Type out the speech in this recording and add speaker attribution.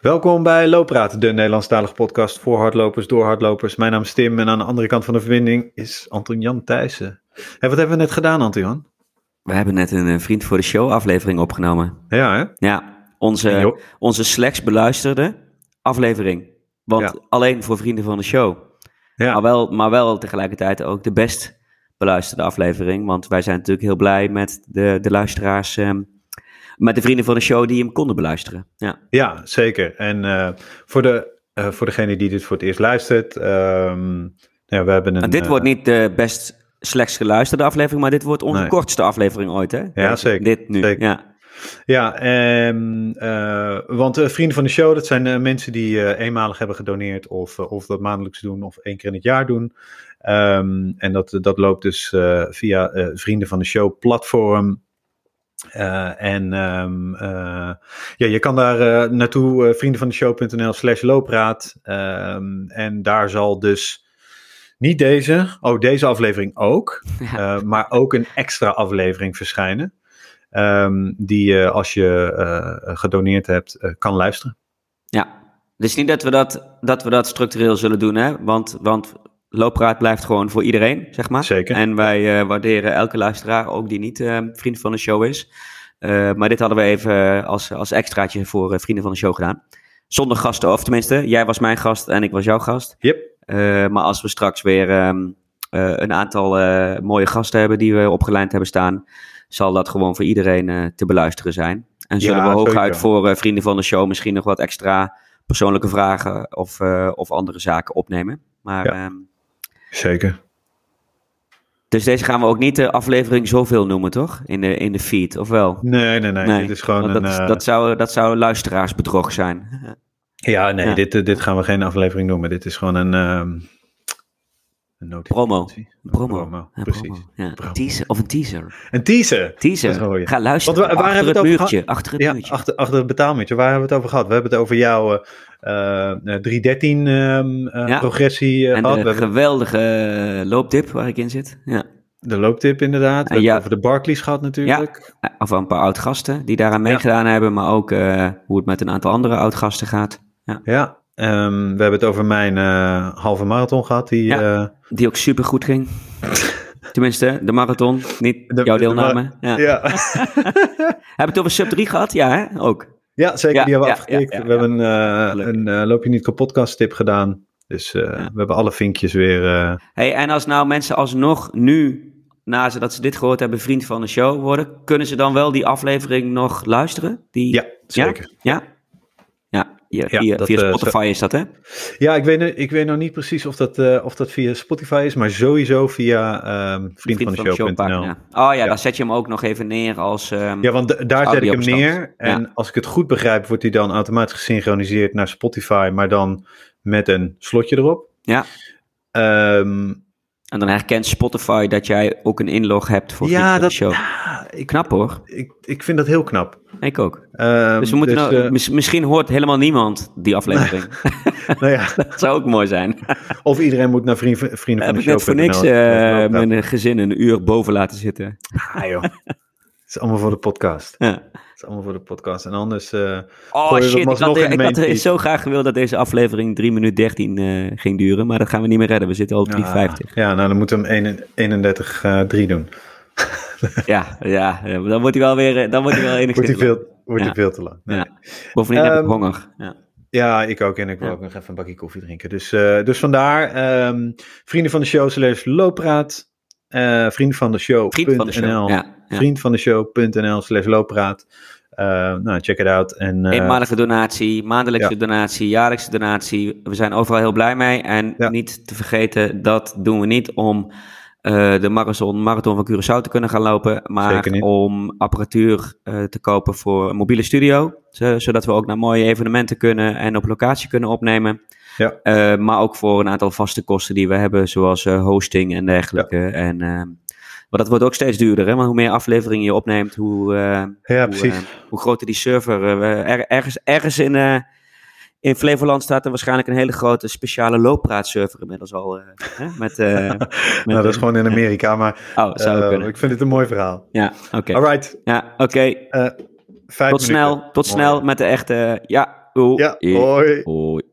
Speaker 1: Welkom bij Looppraat, de Nederlandstalige podcast voor hardlopers, door hardlopers. Mijn naam is Tim en aan de andere kant van de verbinding is Anton-Jan Thijssen. En wat hebben we net gedaan, Anton-Jan?
Speaker 2: We hebben net een eh, Vriend voor de Show aflevering opgenomen.
Speaker 1: Ja, hè?
Speaker 2: Ja, onze,
Speaker 1: Jo.
Speaker 2: onze slechts beluisterde aflevering. Want
Speaker 1: Ja.
Speaker 2: alleen voor vrienden van de show.
Speaker 1: Ja.
Speaker 2: Maar, Ah, wel, maar wel tegelijkertijd ook de best beluisterde aflevering. Want wij zijn natuurlijk heel blij met de, de luisteraars. ehm, met de vrienden van de show die hem konden beluisteren. Ja,
Speaker 1: Ja, zeker. En eh, voor, de, eh, voor degene die dit voor het eerst luistert, ehm, ja, we hebben een...
Speaker 2: En dit
Speaker 1: eh,
Speaker 2: wordt niet de best slechts geluisterde aflevering. Maar dit wordt onze
Speaker 1: Nee.
Speaker 2: kortste aflevering ooit. Hè? Deze-
Speaker 1: zeker.
Speaker 2: Dit nu.
Speaker 1: Zeker.
Speaker 2: Ja.
Speaker 1: Ja, ehm, eh, want eh, vrienden van de show, dat zijn eh, mensen die eh, eenmalig hebben gedoneerd of, eh, of dat maandelijks doen of één keer in het jaar doen. Ehm, en dat, dat loopt dus eh, via eh, vrienden van de show platform. Eh, en ehm, eh, ja, je kan daar eh, naartoe, eh, vriendenvandeshow.nl slash loopraad. Ehm, en daar zal dus niet deze, oh deze aflevering ook,
Speaker 2: Ja.
Speaker 1: eh, maar ook een extra aflevering verschijnen. Ehm, die je als je eh, gedoneerd hebt eh, kan luisteren.
Speaker 2: Ja, dus niet dat we dat, dat, we dat structureel zullen doen, hè? Want, want loopraad blijft gewoon voor iedereen, zeg maar.
Speaker 1: Zeker.
Speaker 2: En wij eh, waarderen elke luisteraar, ook die niet eh, vriend van de show is. Eh, maar dit hadden we even eh, als, als extraatje voor eh, vrienden van de show gedaan. Zonder gasten, of tenminste, jij was mijn gast en ik was jouw gast.
Speaker 1: Yep.
Speaker 2: Eh, maar als we straks weer ehm, eh, een aantal eh, mooie gasten hebben die we opgeleid hebben staan, zal dat gewoon voor iedereen eh, te beluisteren zijn. En zullen
Speaker 1: Ja,
Speaker 2: we hooguit
Speaker 1: zeker.
Speaker 2: voor eh, vrienden van de show misschien nog wat extra persoonlijke vragen of, eh, of andere zaken opnemen. Maar,
Speaker 1: Ja.
Speaker 2: ehm,
Speaker 1: Zeker.
Speaker 2: dus deze gaan we ook niet de aflevering zoveel noemen, toch? In de, in de feed, of wel?
Speaker 1: Nee, nee, nee.
Speaker 2: Nee,
Speaker 1: dit is gewoon
Speaker 2: Want dat,
Speaker 1: een.
Speaker 2: is-
Speaker 1: eh,
Speaker 2: dat, zou, dat zou luisteraarsbedrog zijn.
Speaker 1: ja, nee,
Speaker 2: ja.
Speaker 1: Dit, eh, dit gaan we geen aflevering noemen. Dit is gewoon een. ehm een notitie.
Speaker 2: Promo.
Speaker 1: Een
Speaker 2: Promo. Ja,
Speaker 1: precies.
Speaker 2: promo. Ja,
Speaker 1: Promo.
Speaker 2: Teaser, of een teaser.
Speaker 1: Een teaser. Dat hoor
Speaker 2: Teaser.
Speaker 1: je.
Speaker 2: Ga luisteren.
Speaker 1: Want wa- waar
Speaker 2: achter
Speaker 1: hebben we
Speaker 2: het
Speaker 1: het over
Speaker 2: muurtje. Achter het
Speaker 1: Ja,
Speaker 2: muurtje.
Speaker 1: achter, achter het betaalmuurtje. Waar hebben we het over gehad? We hebben het over jouw eh, eh, eh, 313 ehm, eh,
Speaker 2: Ja.
Speaker 1: progressie eh,
Speaker 2: En
Speaker 1: gehad. We
Speaker 2: de
Speaker 1: hebben
Speaker 2: geweldige eh, loopdip waar ik in zit. Ja.
Speaker 1: de looptip inderdaad. We
Speaker 2: En
Speaker 1: hebben
Speaker 2: ja.
Speaker 1: het over de Barclays gehad natuurlijk.
Speaker 2: Of een paar oud-gasten die daaraan meegedaan hebben, maar ook eh, hoe het met een aantal andere oud-gasten gaat.
Speaker 1: Ja. ehm, we hebben het over mijn eh, halve marathon gehad. Die,
Speaker 2: Ja.
Speaker 1: eh,
Speaker 2: Die ook super goed ging. Tenminste, de marathon, niet
Speaker 1: De-
Speaker 2: jouw
Speaker 1: de
Speaker 2: deelname. ja.
Speaker 1: eh, ja.
Speaker 2: Hebben we het over sub 3 gehad? Ja, hè? ook.
Speaker 1: Ja, zeker.
Speaker 2: Ja,
Speaker 1: die hebben we
Speaker 2: ja,
Speaker 1: afgetikt.
Speaker 2: ja, ja,
Speaker 1: we
Speaker 2: ja.
Speaker 1: hebben een, eh,
Speaker 2: Leuk.
Speaker 1: een eh, Loop je niet kapotcast tip gedaan. Dus eh, we hebben alle vinkjes weer. eh,
Speaker 2: Hey, en als nou mensen alsnog nu, na ze dat ze dit gehoord hebben, vriend van de show worden, kunnen ze dan wel die aflevering nog luisteren? Die...
Speaker 1: ja, zeker.
Speaker 2: Ja? Ja, ja.
Speaker 1: Ja,
Speaker 2: via,
Speaker 1: dat,
Speaker 2: via
Speaker 1: eh, zo-
Speaker 2: Spotify is dat, hè?
Speaker 1: Ja, ik, weet, nu- ik weet nog niet precies of dat, eh, of dat via Spotify is, maar sowieso via ehm vriendvandeshow.nl.
Speaker 2: pagina. Oh ja, dan zet je hem ook nog even neer als... ehm,
Speaker 1: Ja, want d- daar zet ik hem
Speaker 2: Audiobestand.
Speaker 1: neer. En als ik het goed begrijp, wordt hij dan automatisch gesynchroniseerd naar Spotify, maar dan met een slotje erop.
Speaker 2: Ja.
Speaker 1: Ehm,
Speaker 2: En dan herkent Spotify dat jij ook een inlog hebt voor
Speaker 1: Ja,
Speaker 2: Vriend van
Speaker 1: dat-
Speaker 2: de show.
Speaker 1: ah, ik,
Speaker 2: Knap hoor.
Speaker 1: ik, ik vind dat heel knap.
Speaker 2: Ik ook.
Speaker 1: Ehm,
Speaker 2: Dus we moeten nou-
Speaker 1: eh,
Speaker 2: mis- misschien hoort helemaal niemand die aflevering.
Speaker 1: nou ja,
Speaker 2: dat zou ook mooi zijn.
Speaker 1: Of iedereen moet naar vrienden, vrienden
Speaker 2: Heb
Speaker 1: van
Speaker 2: ik
Speaker 1: de show. Nou,
Speaker 2: net voor niks eh, mijn gezin een uur boven laten zitten.
Speaker 1: Het Ah, is allemaal voor de podcast.
Speaker 2: Ja.
Speaker 1: Het is allemaal voor de podcast. En anders... eh,
Speaker 2: Oh
Speaker 1: Gooi je
Speaker 2: shit,
Speaker 1: hem
Speaker 2: ik had,
Speaker 1: alsnog in de
Speaker 2: ik had
Speaker 1: main feed.
Speaker 2: zo graag gewild dat deze aflevering 3 minuten 13 eh, ging duren. Maar dat gaan we niet meer redden. We zitten al op 3,50.
Speaker 1: ja, nou dan moeten we hem 31, eh, 3 doen.
Speaker 2: Ja, ja, ja, maar dan wordt hij wel weer eh, dan wordt hij wel enigszins
Speaker 1: Ah. Wordt hij
Speaker 2: lang.
Speaker 1: veel, wordt hij
Speaker 2: Ja.
Speaker 1: veel te lang. Nee. Ja.
Speaker 2: Ja. Bovendien heb
Speaker 1: Ehm,
Speaker 2: ik honger. Ja.
Speaker 1: ik ook. En ik wil
Speaker 2: Ja.
Speaker 1: ook nog even een bakje koffie drinken. Dus, eh, dus vandaar, ehm, vrienden van de show slash looppraat. eh vrienden van de show.
Speaker 2: Vriend van de show. Ja, ja.
Speaker 1: Vriend van de show.nl slash looppraat. Eh, nou, check it out. En, eh,
Speaker 2: Eenmalige donatie, maandelijkse donatie, jaarlijkse donatie. We zijn overal heel blij mee. En
Speaker 1: Ja.
Speaker 2: niet te vergeten, dat doen we niet om eh, de marathon, marathon van Curaçao te kunnen gaan lopen.
Speaker 1: Zeker
Speaker 2: Maar
Speaker 1: niet.
Speaker 2: om apparatuur eh, te kopen voor een mobiele studio. Zo- zodat we ook naar mooie evenementen kunnen en op locatie kunnen opnemen.
Speaker 1: Ja.
Speaker 2: Eh, maar ook voor een aantal vaste kosten die we hebben, zoals eh, hosting en dergelijke. En, ehm, maar dat wordt ook steeds duurder, hè? want hoe meer afleveringen je opneemt, hoe... eh,
Speaker 1: ja,
Speaker 2: hoe,
Speaker 1: precies.
Speaker 2: eh, hoe groter die server. eh, we- er- ergens ergens in, eh, in Flevoland staat er waarschijnlijk een hele grote speciale looppraatserver inmiddels al. eh, hè, met, eh, met,
Speaker 1: nou, dat is
Speaker 2: eh,
Speaker 1: gewoon in Amerika, maar
Speaker 2: Oh, zou
Speaker 1: eh,
Speaker 2: kunnen.
Speaker 1: ik vind het een mooi verhaal.
Speaker 2: Ja, oké.
Speaker 1: Alright, eh,
Speaker 2: Ja, oké.
Speaker 1: vijf
Speaker 2: Tot
Speaker 1: minuten.
Speaker 2: snel. Tot
Speaker 1: Mooi.
Speaker 2: snel met de echte. Ja, Doei.
Speaker 1: Ja, hoi.
Speaker 2: Hoi.